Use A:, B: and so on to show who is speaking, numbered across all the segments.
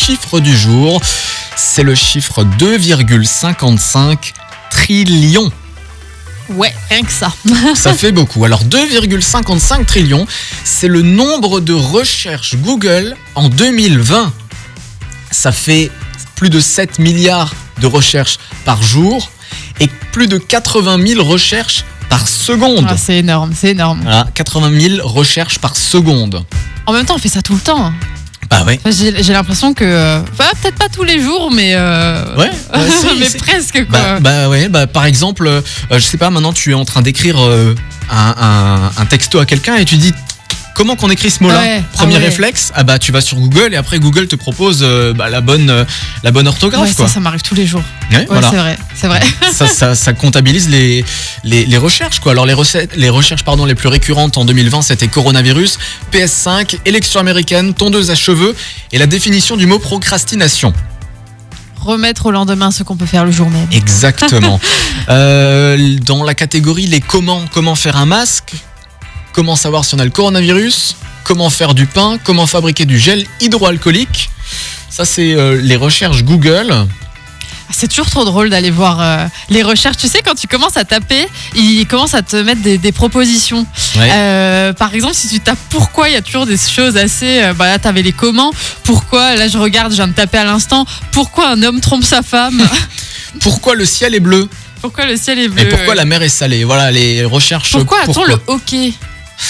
A: chiffre du jour. C'est le chiffre 2,55 trillions.
B: Ouais, rien que ça.
A: Ça fait beaucoup. Alors 2,55 trillions, c'est le nombre de recherches Google en 2020. Ça fait plus de 7 milliards de recherches par jour et plus de 80 000 recherches par seconde.
B: Ah, c'est énorme, c'est énorme.
A: Voilà, 80 000 recherches par seconde.
B: En même temps, on fait ça tout le temps. hein.
A: Bah ouais.
B: Enfin, J'ai j'ai l'impression que. euh, Enfin, peut-être pas tous les jours, mais. euh,
A: Ouais, ouais, si,
B: mais
A: si.
B: presque, quoi.
A: Bah, bah ouais, bah par exemple, euh, euh, je sais pas, maintenant tu es en train d'écrire euh, un, un- un texto à quelqu'un et tu dis comment qu'on écrit ce mot-là
B: Ouais,
A: Premier
B: ah ouais.
A: réflexe, ah bah tu vas sur Google et après Google te propose euh, bah, la bonne euh, la bonne orthographe
B: Ouais,
A: quoi.
B: ça, ça m'arrive tous les jours. Ouais,
A: Ouais, voilà.
B: c'est vrai, c'est vrai.
A: ça, ça- ça comptabilise les, les, les recherches quoi. Alors les recettes, les recherches pardon les plus récurrentes en 2020 c'était coronavirus, PS5, élection américaine, tondeuse à cheveux et la définition du mot procrastination.
B: Remettre au lendemain ce qu'on peut faire le jour même.
A: Exactement. Euh, dans la catégorie les comment, comment faire un masque, comment savoir si on a le coronavirus, comment faire du pain, comment fabriquer du gel hydroalcoolique. Ça, c'est euh, les recherches Google.
B: Ah, C'est toujours trop drôle d'aller voir euh, les recherches. Tu sais, quand tu commences à taper, ils commencent à te mettre des, des propositions.
A: Ouais.
B: Euh, par exemple, si tu tapes pourquoi, il y a toujours des choses assez. euh, bah là, t'avais les comment. Pourquoi Là, je regarde, je viens de taper à l'instant. Pourquoi un homme trompe sa femme
A: Pourquoi le ciel est bleu
B: Pourquoi le ciel est bleu
A: et pourquoi la mer est salée Voilà les recherches.
B: Pourquoi a-t-on le hockey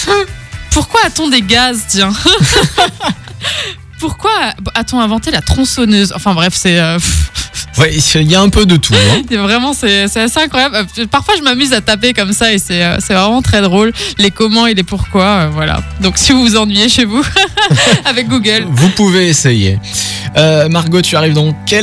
B: Pourquoi a-t-on des gaz, tiens Pourquoi a-t-on inventé la tronçonneuse Enfin bref, c'est euh, pff,
A: Ouais, il y a un peu de tout. hein.
B: c'est vraiment c'est c'est assez incroyable. Euh, Parfois, je m'amuse à taper comme ça et c'est euh, c'est vraiment très drôle. Les comment et les pourquoi, euh, voilà. Donc si vous vous ennuyez chez vous avec Google,
A: Vous pouvez essayer. Euh, Margot, tu arrives dans quel